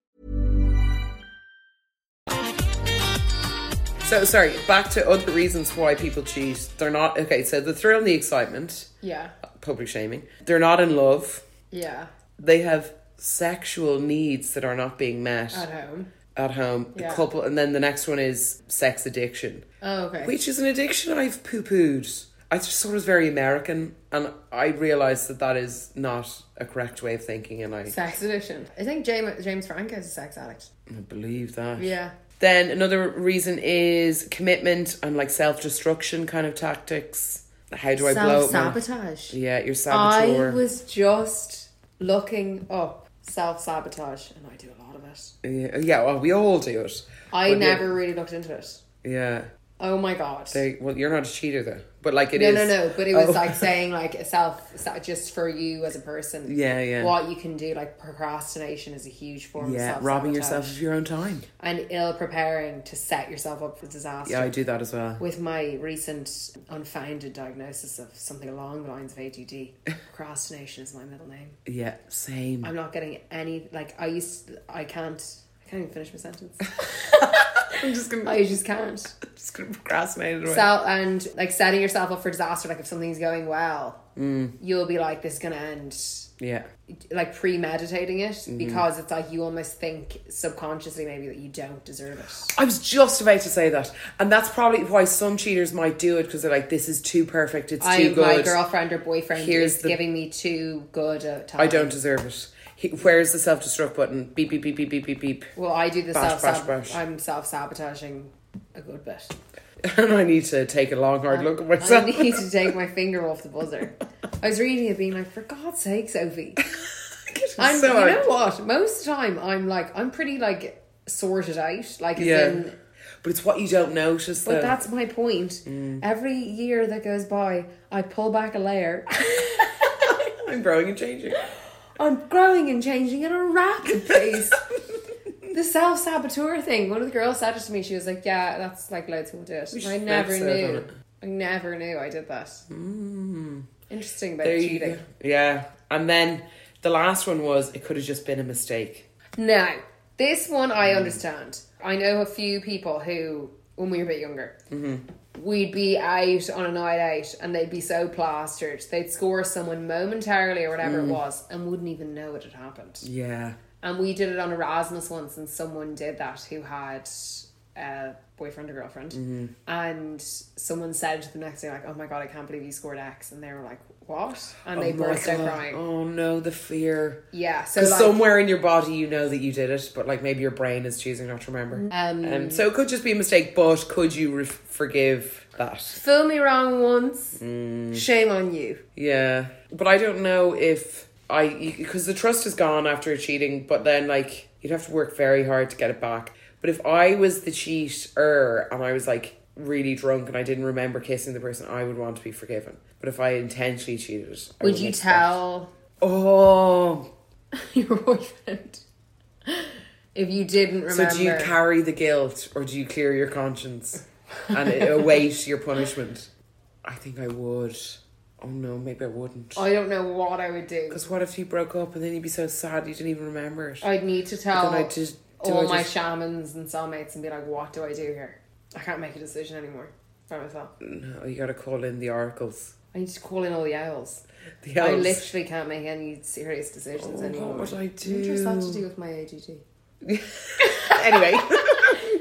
S1: So sorry, back to other reasons why people cheat. They're not okay, so the thrill and the excitement,
S2: Yeah,
S1: public shaming. They're not in love.
S2: yeah,
S1: They have sexual needs that are not being met
S2: at home.
S1: at home.
S2: Yeah.
S1: A couple and then the next one is sex addiction.
S2: Oh, okay.
S1: Which is an addiction I've poo pooed. I just thought it was very American and I realised that that is not a correct way of thinking and I,
S2: Sex addiction. I think James James Franco is a sex addict.
S1: I believe that.
S2: Yeah.
S1: Then another reason is commitment and like self destruction kind of tactics. How do I blow
S2: Self
S1: up? my-
S2: sabotage.
S1: Yeah, you're
S2: I
S1: saboteur.
S2: was just looking up self sabotage, and I do a lot of it.
S1: yeah, yeah, well, we all do it.
S2: I
S1: But
S2: never really looked into it.
S1: Yeah, yeah.
S2: Oh my god.
S1: They- well, you're not a cheater though, but like it
S2: no,
S1: is.
S2: no, no. But it was
S1: Oh. (laughs)
S2: like saying like a self sa- just for you as a person.
S1: Yeah, yeah.
S2: What you can do, like procrastination, is a huge form.
S1: yeah,
S2: of
S1: robbing
S2: self-sabotage.
S1: yourself of your own time.
S2: and ill preparing to set yourself up for disaster.
S1: Yeah, I do that as well.
S2: With my recent unfounded diagnosis of something along the lines of ADD, procrastination is my middle name.
S1: Yeah, same.
S2: I'm not getting any. Like I used, I can't. I can't even finish
S1: (laughs)
S2: my sentence.
S1: I'm just gonna,
S2: I just can't.
S1: just gonna procrastinate it away.
S2: So and like setting yourself up for disaster. Like if something's going well,
S1: Mm.
S2: you'll be like, "This is gonna end."
S1: yeah,
S2: Like premeditating it
S1: Mm-hmm.
S2: because it's like you almost think subconsciously maybe that you don't deserve it.
S1: I was just about to say that, and that's probably why some cheaters might do it because they're like, "This is too perfect. It's
S2: I,
S1: too good.
S2: my girlfriend or boyfriend
S1: Here's
S2: is
S1: the-
S2: giving me too good a time.
S1: I don't deserve it." He, where's the self destruct button? Beep beep beep beep beep beep beep.
S2: Well, I do the
S1: Bash,
S2: self
S1: bash, bash.
S2: I'm self sabotaging a
S1: (laughs)
S2: good bit.
S1: (laughs) and I need to take a long hard look at myself.
S2: I need to take my finger off the buzzer. I was reading it being like, for God's sake,
S1: (laughs)
S2: Sophie. (laughs) I'm,
S1: so
S2: you
S1: hard.
S2: know what? Most of the time, I'm like, I'm pretty like sorted out. Like,
S1: (laughs)
S2: as
S1: Yeah.
S2: in,
S1: But it's what you don't notice.
S2: but
S1: though.
S2: that's my point.
S1: Mm.
S2: Every year that goes by, I pull back a layer. (laughs)
S1: I'm growing and changing.
S2: I'm growing and changing at a
S1: (laughs)
S2: rapid pace. the self saboteur thing. One of the girls said it to me. She was like, "Yeah, that's like loads of people do it." And I
S1: should
S2: never
S1: episode on
S2: knew.
S1: it. Mm.
S2: I never knew I did that. Interesting about
S1: There you
S2: cheating.
S1: go. Yeah. And then the last one was it could have just been a mistake.
S2: Now, this one
S1: Mm.
S2: I understand. I know a few people who, when we were a bit younger,
S1: Mm-hmm.
S2: we'd be out on a night out and they'd be so plastered. They'd score someone momentarily or whatever
S1: Mm.
S2: it was and wouldn't even know it had happened.
S1: Yeah.
S2: And we did it on Erasmus once, and someone did that who had a boyfriend or girlfriend.
S1: Mm-hmm.
S2: And someone said to them next day, like, oh my God, I can't believe you scored X. And they were like, what? And they
S1: Oh my
S2: burst out
S1: God.
S2: crying.
S1: Oh no, the fear.
S2: Yeah. So,
S1: Because
S2: like,
S1: somewhere in your body you know that you did it, but like maybe your brain is choosing not to remember. Um, so it could just be a mistake, but could you re- forgive that?
S2: fool me wrong once,
S1: Mm.
S2: shame on you.
S1: Yeah. But I don't know if I because the trust is gone after cheating, but then like you'd have to work very hard to get it back. But if I was the cheater and I was like really drunk and I didn't remember kissing the person, I would want to be forgiven. But if I intentionally cheated, I
S2: Would
S1: wouldn't
S2: you
S1: expect-
S2: tell (laughs)
S1: Oh,
S2: your boyfriend if you didn't remember?
S1: So do you carry the guilt or do you clear your conscience and await your punishment? I think I would. Oh no, maybe I wouldn't.
S2: I don't know what I would do.
S1: Because what if you broke up and then you'd be so sad you didn't even remember it?
S2: I'd need to tell
S1: Then I just- do
S2: all
S1: I
S2: my
S1: just-
S2: shamans and soulmates and be like, what do I do here? I can't make a decision anymore by myself.
S1: no, you gotta call in the oracles.
S2: I need to call in all the owls.
S1: The
S2: I
S1: elves.
S2: literally can't make any serious decisions anymore.
S1: Oh, would I
S2: What does that to
S1: do?
S2: do with my ADD?
S1: (laughs) anyway,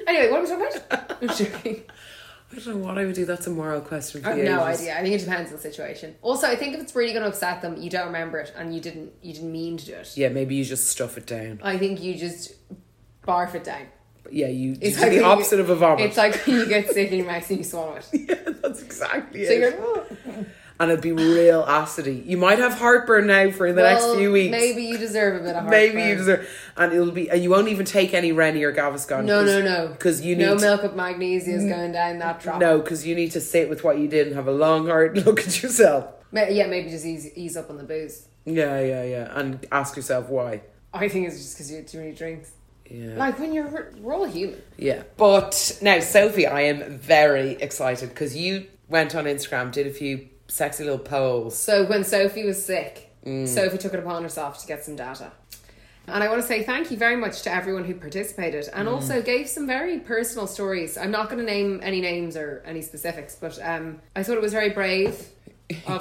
S2: Anyway, what am I talking about? (laughs) I'm joking.
S1: I don't know what I would do. That's a moral question for
S2: I have
S1: the
S2: no
S1: ages.
S2: idea. I think it depends on the situation. Also, I think if it's really going to upset them, you don't remember it and you didn't you didn't mean to do it.
S1: Yeah, maybe you just stuff it down.
S2: I think you just barf it down.
S1: But yeah, you, you do the opposite
S2: you,
S1: of a vomit.
S2: It's like when you get sick in your mouth and you swallow it.
S1: (laughs) yeah, that's exactly
S2: So
S1: it.
S2: you're like, "Oh."
S1: and it'd be real acidy. You might have heartburn now for (laughs) the
S2: Well,
S1: next few weeks.
S2: Maybe you deserve a bit of heartburn.
S1: Maybe you deserve, and it'll be, and you won't even take any Rennie or Gaviscon.
S2: No, no, no.
S1: because you need
S2: no
S1: to-
S2: milk of magnesia is going down that drop.
S1: no, because you need to sit with what you did and have a long hard (laughs) look at yourself.
S2: Ma- yeah, maybe just ease, ease up on the booze.
S1: Yeah, yeah, yeah, and ask yourself why.
S2: I think it's just because you had too many drinks.
S1: Yeah,
S2: Like when you're, we're all human.
S1: yeah. But now, Sophie, I am very excited because you went on Instagram, did a few sexy little polls.
S2: So when Sophie was sick, Sophie took it upon herself to get some data. And I want to say thank you very much to everyone who participated and
S1: Mm.
S2: also gave some very personal stories. I'm not going to name any names or any specifics, but um, I thought it was very brave of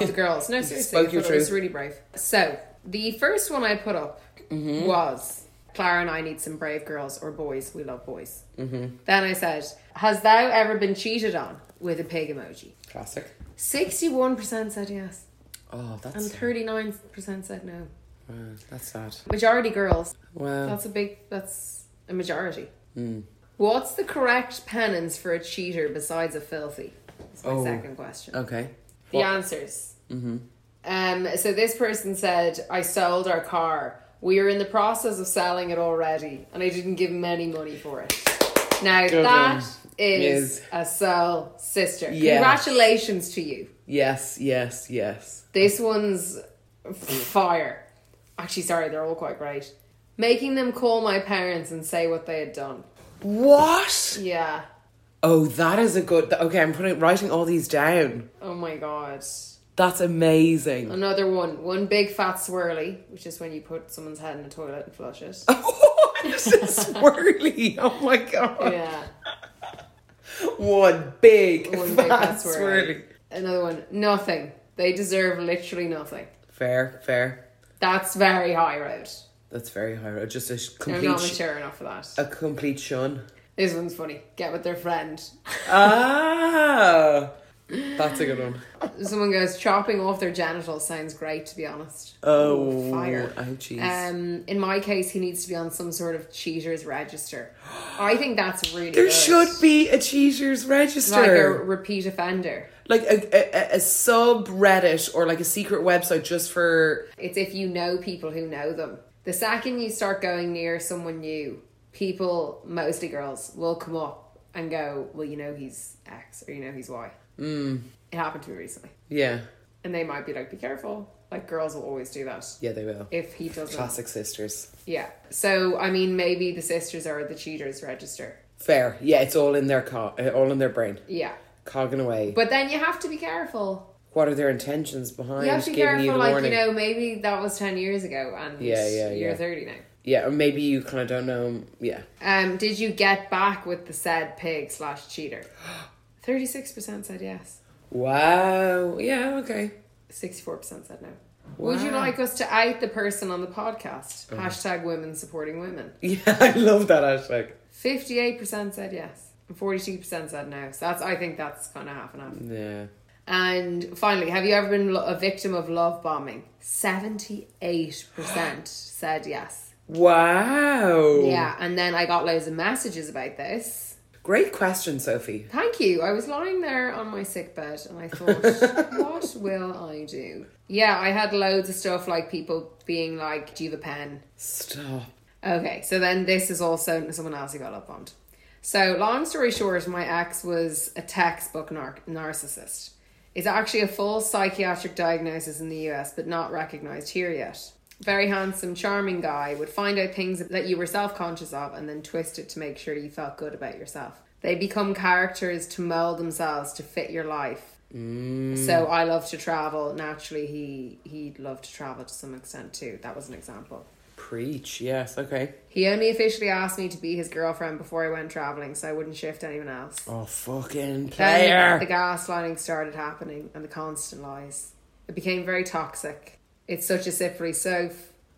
S1: (laughs)
S2: the girls. No, seriously, I
S1: spoke your
S2: thought it was
S1: truth.
S2: really brave. So the first one I put up
S1: Mm-hmm.
S2: was Clara and I need some brave girls or boys. We love boys. Mm-hmm. Then I said, "Has thou ever been cheated on with a pig emoji?"
S1: Classic.
S2: Sixty-one percent said yes.
S1: Oh,
S2: And
S1: that's
S2: thirty nine percent said no.
S1: wow, that's sad.
S2: Majority girls.
S1: Wow. Hmm.
S2: That's a big. That's a majority. What's the correct penance for a cheater besides a filthy? That's my
S1: Oh,
S2: second question.
S1: Okay.
S2: The answers. Mm-hmm. Um. So this person said, "I sold our car. We were in the process of selling it already, and I didn't give him any money for it." Now that is
S1: one. Yes.
S2: a soul sister.
S1: Yeah.
S2: Congratulations to you.
S1: Yes, yes, yes.
S2: This one's f- fire. Actually, sorry, they're all quite great. Making them call my parents and say what they had done.
S1: What?
S2: Yeah.
S1: Oh, that is a good. Okay, I'm putting writing all these down.
S2: Oh my god.
S1: That's amazing.
S2: Another one. One big fat swirly, which is when you put someone's head in a toilet and flush it.
S1: (laughs) this is swirly. Oh my god.
S2: yeah.
S1: One big,
S2: One
S1: one
S2: big fat
S1: fat
S2: swirly.
S1: swirly.
S2: Another one. Nothing. They deserve literally nothing.
S1: Fair, fair.
S2: That's very high road.
S1: That's very high road. Just a sh-
S2: I'm
S1: complete,
S2: not
S1: sh-
S2: mature enough for that.
S1: a complete shun.
S2: This one's funny. Get with their friend.
S1: Ah, That's a good one.
S2: Someone goes, chopping off their genitals sounds great, to be honest.
S1: Oh,
S2: fire.
S1: oh, jeez.
S2: Um, in my case, he needs to be on some sort of cheaters
S1: (gasps)
S2: register. I think that's really
S1: There
S2: good.
S1: should be a cheaters
S2: like a
S1: register,
S2: repeat offender.
S1: like a, a, a, a subreddit or like a secret website just for
S2: It's if you know people who know them. The second you start going near someone new, people, mostly girls, will come up and go, "Well, you know he's X or you know he's Y." Mm. It happened to me recently,
S1: yeah,
S2: and they might be like, "Be careful!" Like girls will always do that.
S1: yeah they will.
S2: If he doesn't,
S1: Classic sisters.
S2: yeah. So I mean, maybe the sisters are the cheaters register.
S1: Fair, yeah. It's all in their co- uh, all in their brain,
S2: Yeah,
S1: cogging away.
S2: but then you have to be careful.
S1: what are their intentions behind
S2: You have to be
S1: giving you
S2: careful.
S1: the
S2: Like
S1: warning?
S2: you know, maybe that was ten years ago, and
S1: Yeah, yeah,
S2: you're
S1: yeah.
S2: thirty now.
S1: yeah, or maybe you kind of don't know. Yeah,
S2: Um, did you get back with the said pig slash
S1: (gasps)
S2: cheater? Thirty-six percent said yes.
S1: wow, yeah, okay. (laughs)
S2: Sixty-four percent said no. Would you like us to out the person on the podcast?
S1: Oh.
S2: Hashtag women supporting women.
S1: Yeah, I love that hashtag.
S2: Fifty-eight percent said yes. And forty-two percent said no. So that's I think that's kind of half and half.
S1: Yeah,
S2: And finally, have you ever been lo- a victim of love bombing? Seventy-eight percent said yes.
S1: wow,
S2: Yeah, and then I got loads of messages about this.
S1: great question, Sophie.
S2: Thank you. I was lying there on my sick bed and I thought, what will I do? Yeah, I had loads of stuff like people being like, do you have a pen?
S1: Stop.
S2: Okay, so then this is also someone else who got up on. So, long story short, my ex was a textbook nar- narcissist. It's actually a full psychiatric diagnosis in the US, but not recognized here yet. Very handsome, charming guy would find out things that you were self conscious of and then twist it to make sure you felt good about yourself. They become characters to mold themselves to fit your life.
S1: Mm,
S2: So I love to travel. Naturally, he he loved to travel to some extent too. That was an example.
S1: Preach. Yes. Okay.
S2: He only officially asked me to be his girlfriend before I went traveling, so I wouldn't shift anyone else.
S1: Oh fucking
S2: Then
S1: player.
S2: the gaslighting started happening and the constant lies. It became very toxic. It's such a slippery slope.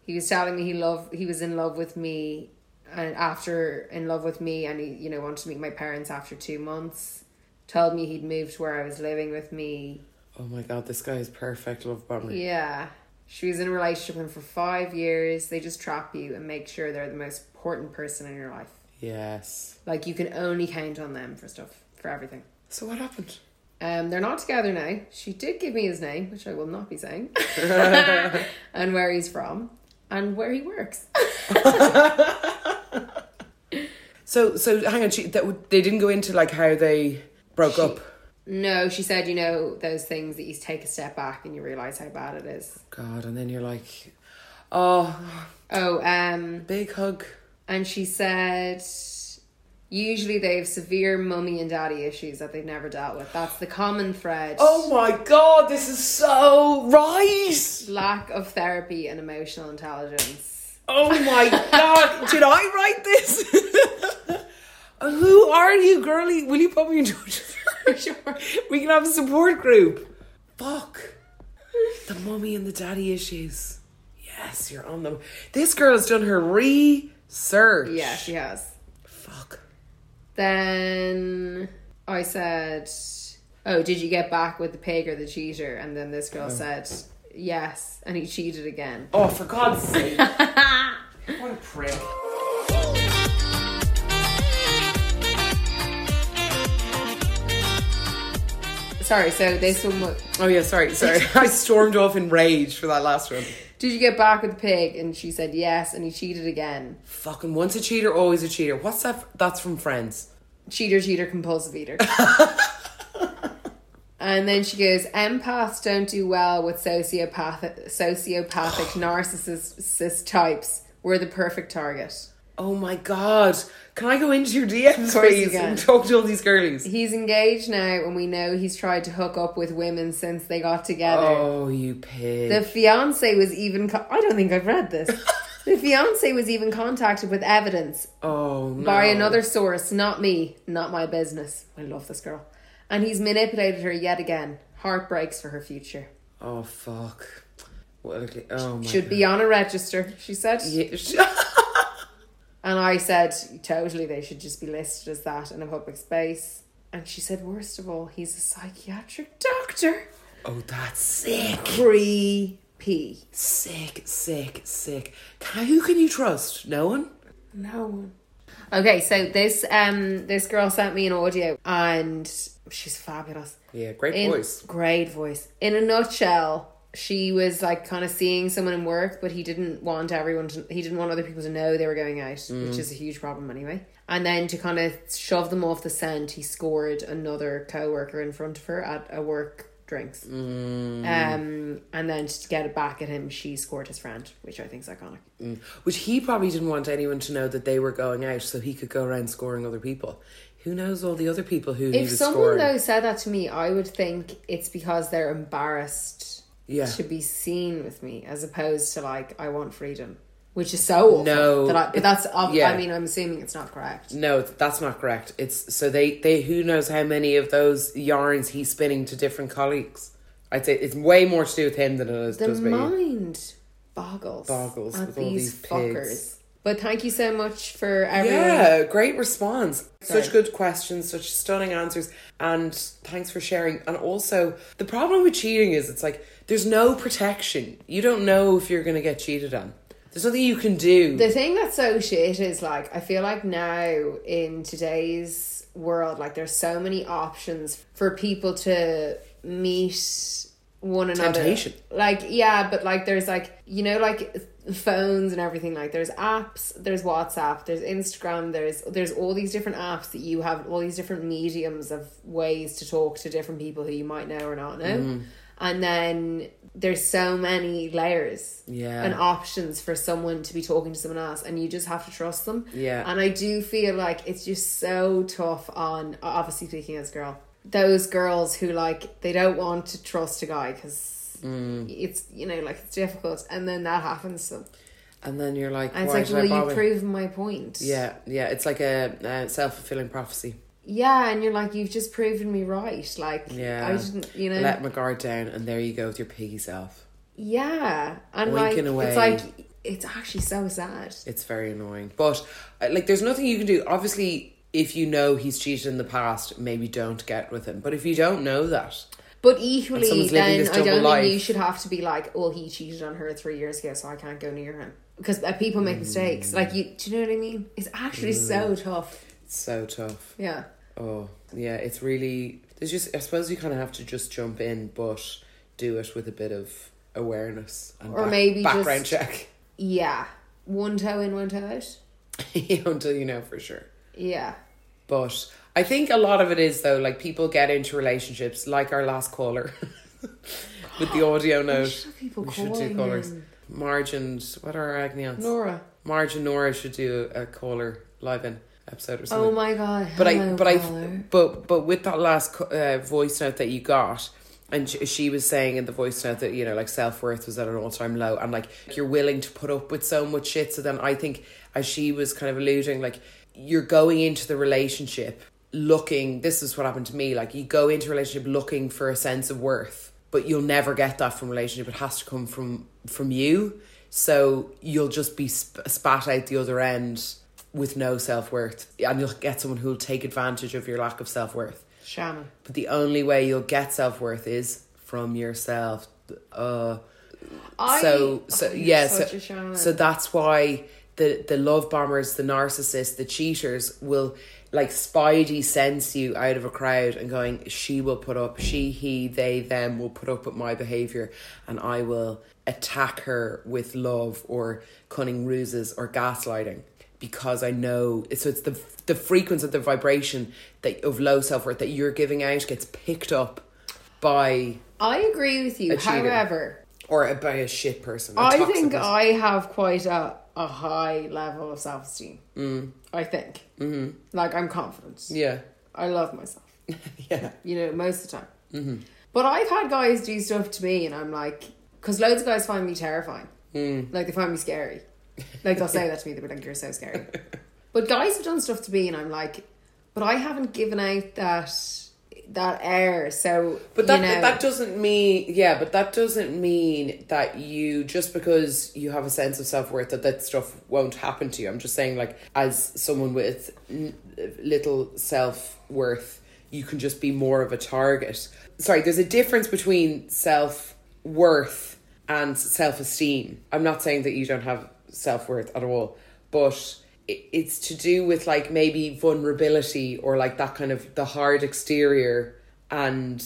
S2: He was telling me he loved, he was in love with me, and after in love with me, and he you know wanted to meet my parents after two months. Told me he'd moved where I was living with me.
S1: Oh my god, this guy is perfect love bomber.
S2: Yeah. She was in a relationship with him for five years. They just trap you and make sure they're the most important person in your life.
S1: Yes.
S2: Like you can only count on them for stuff, for everything.
S1: So what happened?
S2: Um, they're not together now. She did give me his name, which I will not be saying, (laughs) and where he's from, and where he works.
S1: So so hang on, she, that w- they didn't go into like how they broke up.
S2: No, she said, you know, those things that you take a step back and you realize how bad it is.
S1: God, and then you're like, oh,
S2: Oh, um,
S1: big hug.
S2: and she said, usually they have severe mummy and daddy issues that they've never dealt with. That's the common thread.
S1: Oh my god, this is so right.
S2: Lack of therapy and emotional intelligence.
S1: Oh my god, did I write this? (laughs) Who are you, girlie? Will you put me in touch? (laughs) with her? we can have a support group. Fuck. The mummy and the daddy issues. Yes, you're on them. This girl has done her research.
S2: Yeah, she has.
S1: Fuck.
S2: Then I said, Oh, did you get back with the pig or the cheater? And then this girl said, Yes. And he cheated again.
S1: Oh, for God's sake. what a prick.
S2: Sorry, so this one was
S1: Oh yeah, sorry, sorry. (laughs) I stormed off in rage for that last one.
S2: (laughs) Did you get back with the pig? And she said, Yes. And he cheated again.
S1: Fucking once a cheater, always a cheater. What's that? f- That's from Friends.
S2: Cheater, cheater, compulsive
S1: (laughs)
S2: eater. And then she goes, empaths don't do well with sociopathic, sociopathic narcissist types. We're the perfect target.
S1: Oh my god. Can I go into your DMs,
S2: course you
S1: please, and
S2: can.
S1: talk to all these girlies?
S2: He's engaged now, and we know he's tried to hook up with women since they got together.
S1: Oh, you pig.
S2: The fiance was even. Co- I don't think I've
S1: (laughs)
S2: read this. the fiance was even contacted with evidence
S1: oh, no.
S2: by another source, not me, not my business. I love this girl. And he's manipulated her yet again. Heartbreaks for her future.
S1: Oh, fuck. What a, oh, my
S2: Should be on a register, she said.
S1: Yeah.
S2: And I said, totally, they should just be listed as that in a public space. And she said, worst of all, he's a psychiatric doctor.
S1: (laughs) Oh, that's sick.
S2: Creepy.
S1: Sick, sick, sick. Can, who can you trust? No one?
S2: No one. Okay, so this um this girl sent me an audio and she's fabulous.
S1: Yeah, great
S2: In-
S1: voice.
S2: Great voice. In a nutshell, she was like kind of seeing someone in work, but he didn't want everyone to he didn't want other people to know they were going out,
S1: Mm.
S2: which is a huge problem anyway. And then to kind of shove them off the scent, he scored another coworker in front of her at a work drinks.
S1: Mm.
S2: Um and then to get it back at him, she scored his friend, which I think is iconic.
S1: Mm. Which he probably didn't want anyone to know that they were going out so he could go around scoring other people. Who knows all the other people who he
S2: If
S1: was
S2: someone
S1: scoring?
S2: though said that to me, I would think it's because they're embarrassed
S1: Yeah.
S2: to be seen with me, as opposed to like I want freedom, which is so awful.
S1: No,
S2: that I, but
S1: it-
S2: that's ob-
S1: yeah.
S2: I mean I'm assuming it's not correct.
S1: No, that's not correct. It's so they they who knows how many of those yarns he's spinning to different colleagues. I'd say it's way more to do with him than it is,
S2: The
S1: does me.
S2: mind boggles,
S1: Boggles
S2: at
S1: with all
S2: these,
S1: these
S2: fuckers.
S1: pigs.
S2: But thank you so much for everyone.
S1: Yeah, great response.
S2: Sorry.
S1: Such good questions, such stunning answers, and thanks for sharing. And also, the problem with cheating is it's like there's no protection. You don't know if you're going to get cheated on. There's nothing you can do.
S2: The thing that's so shit is like I feel like now in today's world, like there's so many options for people to meet one another.
S1: Temptation.
S2: Like yeah, but like there's like you know like phones and everything. Like there's apps, there's WhatsApp, there's Instagram, there's there's all these different apps that you have all these different mediums of ways to talk to different people who you might know or not know.
S1: Mm.
S2: And then there's so many layers
S1: Yeah.
S2: and options for someone to be talking to someone else and you just have to trust them
S1: Yeah.
S2: and i do feel like it's just so tough on obviously speaking as a girl those girls who like they don't want to trust a guy because
S1: Mm.
S2: it's you know like it's difficult and then that happens to them
S1: and then you're like,
S2: and it's
S1: why
S2: like
S1: did
S2: well
S1: I
S2: you've
S1: bother?
S2: proven my point
S1: yeah, yeah. It's like a, uh self fulfilling prophecy.
S2: yeah and you're like you've just proven me right like
S1: Yeah,
S2: i didn't you know
S1: let my guard down, and there you go with your piggy self.
S2: yeah and like
S1: Winking away.
S2: it's like it's actually so sad
S1: It's very annoying. But uh, like there's nothing you can do. Obviously, if you know he's cheated in the past, maybe don't get with him. But if you don't know that,
S2: But
S1: And
S2: equally,
S1: someone's living
S2: then
S1: this
S2: I don't
S1: double
S2: think you
S1: life.
S2: should have to be like, "Well, he cheated on her three years ago, so I can't go near him." Because uh, people make
S1: Mm.
S2: mistakes. Like you, do you know what I mean? It's actually so tough.
S1: it's so tough.
S2: Yeah,
S1: Oh, yeah, it's really there's just I suppose you kind of have to just jump in, but do it with a bit of awareness and
S2: Or
S1: back-
S2: maybe just-
S1: background check (laughs)
S2: yeah. One toe in, one toe out.
S1: until you know for sure.
S2: Yeah,
S1: But I think a lot of it is though, like people get into relationships, like our last caller (laughs) with
S2: (gasps)
S1: the audio note.
S2: have people calling in.
S1: Marge and what are our agni aunts?
S2: Nora.
S1: Marge and Nora should do a caller live in episode or something.
S2: Oh my god.
S1: But I,
S2: Hello,
S1: but I,
S2: caller.
S1: but but with that last co- uh, voice note that you got, and sh- she was saying in the voice note that you know like self worth was at an all time low, and like you're willing to put up with so much shit. So then I think as she was kind of alluding, like you're going into the relationship looking. This is what happened to me. Like you go into a relationship looking for a sense of worth, but you'll never get that from a relationship. It has to come from from you. So you'll just be sp- spat out the other end with no self worth, and you'll get someone who'll take advantage of your lack of self worth.
S2: Shaman.
S1: But the only way you'll get self worth is from yourself. Uh,
S2: I-
S1: so
S2: Oh,
S1: so
S2: you're
S1: yeah,
S2: such
S1: so,
S2: a shaman.
S1: so that's why the the love bombers, the narcissists, the cheaters will like Spidey sense you out of a crowd and going, she will put up, she, he, they, them will put up with my behavior, and I will attack her with love or cunning ruses or gaslighting because I know so it's the the frequency of the vibration that of low self worth that you're giving out gets picked up by
S2: I agree with you.
S1: A cheater.
S2: However,
S1: or by a shit person. a
S2: I
S1: toxic
S2: think
S1: person.
S2: I have quite a, a high level of self esteem. Mm. I think. Mm-hmm. Like I'm confident.
S1: yeah
S2: I love myself.
S1: (laughs) yeah
S2: you know, most of the time. Mm-hmm. But I've had guys do stuff to me, and I'm like, because loads of guys find me terrifying. Mm. Like, they find me scary. Like, they'll say that to me, they'll be like, you're so
S1: (laughs)
S2: scary. but guys have done stuff to me, and I'm like, but I haven't given out that that air. So,
S1: But that
S2: you know,
S1: that doesn't mean yeah, but that doesn't mean that you just because you have a sense of self worth that that stuff won't happen to you. I'm just saying like as someone with n- little self worth, you can just be more of a target. Sorry, there's a difference between self worth and self esteem. I'm not saying that you don't have self worth at all, but i- it's to do with like maybe vulnerability or like that kind of the hard exterior and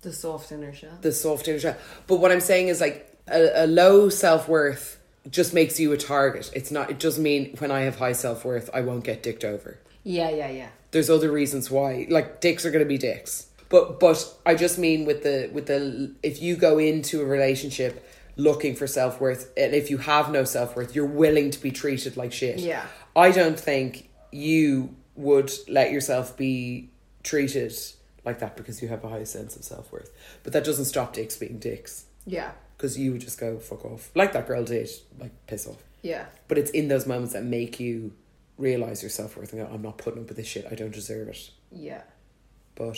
S2: The soft inner shell.
S1: the soft inner shell. But what I'm saying is like a, a low self worth just makes you a target. It's not. It doesn't mean when I have high self worth, I won't get dicked over.
S2: yeah, yeah, yeah.
S1: There's other reasons why. Like dicks are going to be dicks. But but I just mean with the with the if you go into a relationship looking for self worth and if you have no self worth, you're willing to be treated like shit.
S2: Yeah.
S1: I don't think you would let yourself be treated like that because you have a high sense of self worth. But that doesn't stop dicks being dicks
S2: Yeah,
S1: because you would just go fuck off like that girl did like piss off
S2: yeah.
S1: but it's in those moments that make you realize your self-worth and go i'm not putting up with this shit i don't deserve it
S2: Yeah.
S1: but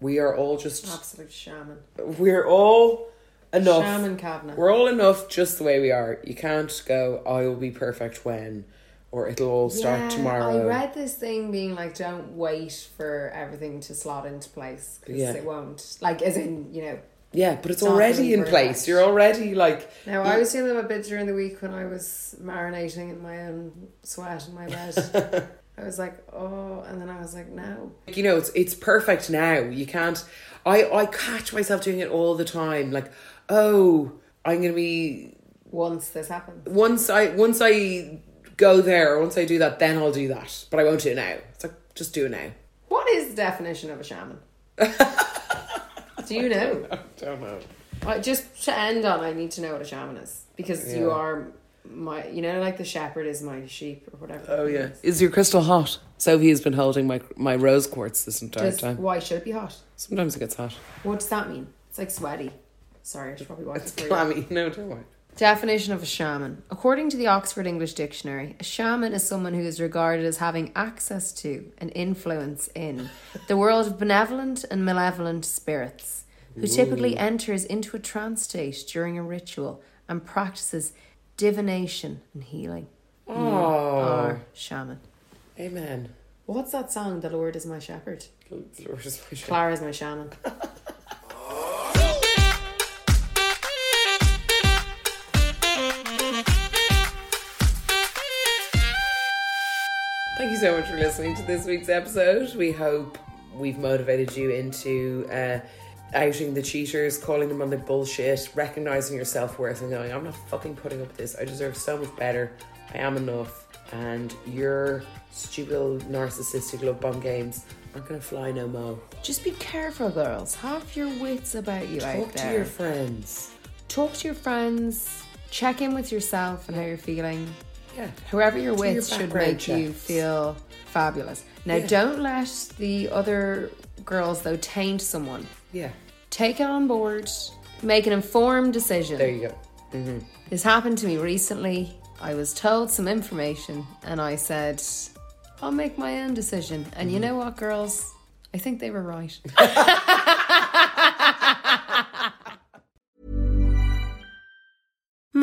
S1: we are all just
S2: Absolute shaman.
S1: we're all enough
S2: Shaman cabinet.
S1: we're all enough just the way we are you can't go i will be perfect when or it'll all start
S2: Yeah,
S1: tomorrow
S2: I read this thing being like, don't wait for everything to slot into place because
S1: Yeah.
S2: it won't. Like, as in, you know.
S1: yeah but it's
S2: not
S1: already
S2: really
S1: in
S2: perfect.
S1: place you're already like
S2: Now, I was feeling a bit during the week when I was marinating in my own sweat in my bed.
S1: (laughs)
S2: I was like, oh, and then I was like, no.
S1: Like, you know it's it's perfect now you can't i i catch myself doing it all the time like oh i'm gonna be
S2: Once this happens.
S1: once i once i go there once i do that then i'll do that but i won't do it now it's like just do it now
S2: What is the definition of a
S1: (laughs)
S2: shaman? Do you know?
S1: don't know
S2: Well, just to end on, I need to know what a shaman is because you are my, you know, like the shepherd is my sheep or whatever.
S1: oh yeah is your crystal hot sophie has been holding my my rose quartz this entire
S2: Does-
S1: time
S2: why should it be hot?
S1: sometimes it gets hot
S2: What does that mean? It's like sweaty. Sorry, I should probably watch
S1: it's
S2: it. for you.
S1: clammy no don't worry
S2: Definition of a shaman. According to the Oxford English Dictionary, a shaman is someone who is regarded as having access to and influence in the world of benevolent and malevolent spirits, who typically enters into a trance state during a ritual and practices divination and healing.
S1: oh
S2: Or shaman.
S1: amen
S2: What's that song? The Lord is my shepherd.
S1: Lord is my shepherd.
S2: Clara is my shaman.
S1: Thank you so much for listening to this week's episode. We hope we've motivated you into uh, outing the cheaters, calling them on their bullshit, recognizing your self worth, and going, I'm not fucking putting up with this. I deserve so much better. I am enough. And your stupid little narcissistic love bomb games aren't going to fly no more.
S2: Just be careful, girls. Have your wits about you out
S1: Talk
S2: there.
S1: to your friends.
S2: Talk to your friends. Check in with yourself and how you're feeling.
S1: Yeah.
S2: Whoever you're
S1: Do
S2: with
S1: your
S2: should
S1: background
S2: make you
S1: checks.
S2: feel fabulous. Now, don't let the other girls, though, taint someone.
S1: Yeah.
S2: Take it on board. Make an informed decision.
S1: There you go. Mm-hmm.
S2: This happened to me recently. I was told some information and I said, I'll make my own decision.
S1: Mm-hmm.
S2: And you know what, girls? I think they were right.